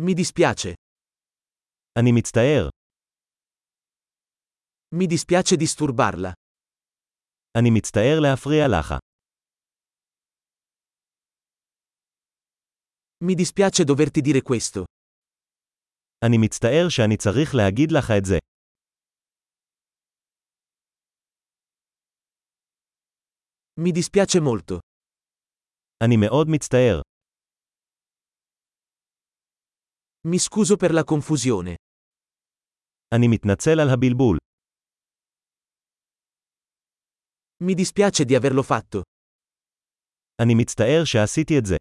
Mi dispiace. אני מצטער. Mi dispiace disturbarla. אני מצטער להפריע לך. Mi dispiace doverti dire questo. אני מצטער שאני צריך להגיד לך את זה. Mi dispiace molto. אני מאוד מצטער. Mi scuso per la confusione. אני מתנצל על הבלבול. Mi dispiace di averlo fatto. אני מצטער שעשיתי את זה.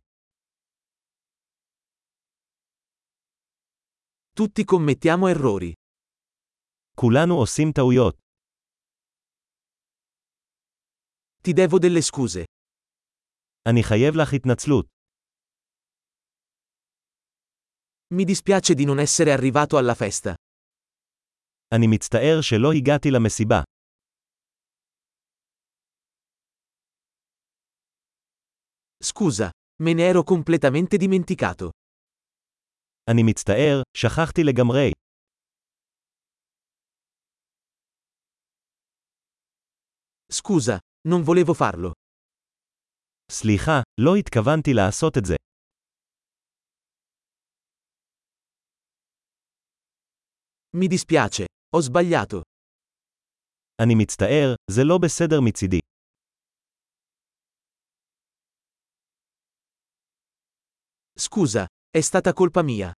Tutti commettiamo errori. כולנו עושים טעויות. Ti devo delle scuse. אני חייב לך התנצלות. Mi dispiace di non essere arrivato alla festa. אני מצטער שלא הגעתי למסיבה. Scusa, me ne ero completamente dimenticato. אני מצטער, שכחתי לגמרי. Scusa, non volevo farlo. סליחה, לא התכוונתי לעשות את זה. Mi dispiace, ho sbagliato. אני מצטער, זה לא בסדר מצידי. Scusa, è stata colpa mia.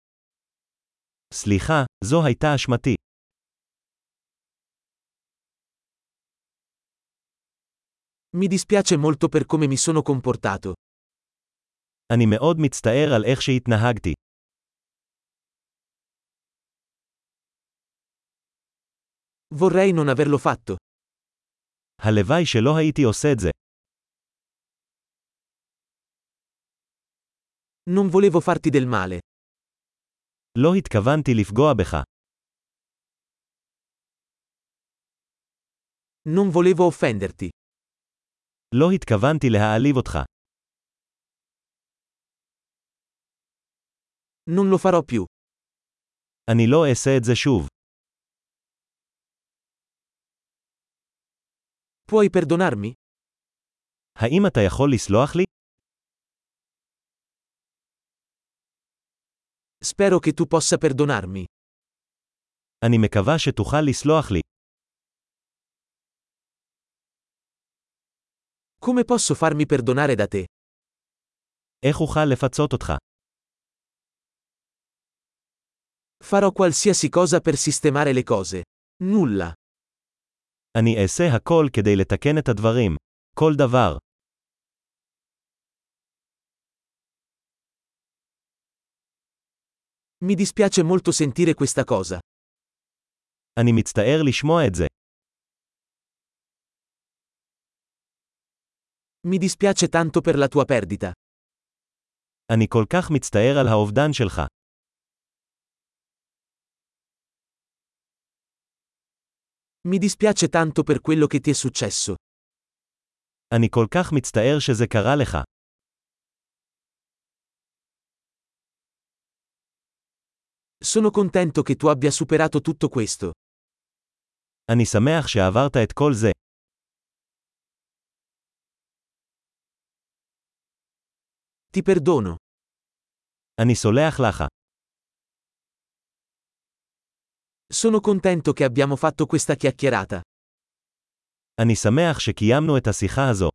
סליחה, זו הייתה אשמתי. Mi dispiace molto per come mi sono comportato. אני מאוד מצטער על איך שהתנהגתי. Vorrei non averlo fatto. הלוואי שלא הייתי עושה את זה. Non volevo farti del male. לא התכוונתי לפגוע בך. Non volevo offenderti. לא התכוונתי להעליב אותך. Non lo farò più. אני לא אעשה את זה שוב. Puoi perdonarmi? האם אתה יכול לסלוח לי? Spero che tu possa perdonarmi. אני מקווה שתוכל לסלוח לי. Come posso farmi perdonare da te? איך אוכל לפצות אותך? Farò qualsiasi cosa per sistemare le cose. Nulla. אני אעשה הכל כדי לתקן את הדברים. כל דבר. Mi dispiace molto sentire questa cosa. אני מצטער לשמוע את זה. Mi dispiace tanto per la tua perdita. אני כל כך מצטער על האובדן שלך. Mi dispiace tanto per quello che ti è successo. אני כל כך מצטער שזה קרה לך. Sono contento che tu abbia superato tutto questo. אני שמח שעברת את כל זה. Ti perdono. אני סולח לך. Sono contento che abbiamo fatto questa chiacchierata. אני שמח שקיימנו את השיחה הזו.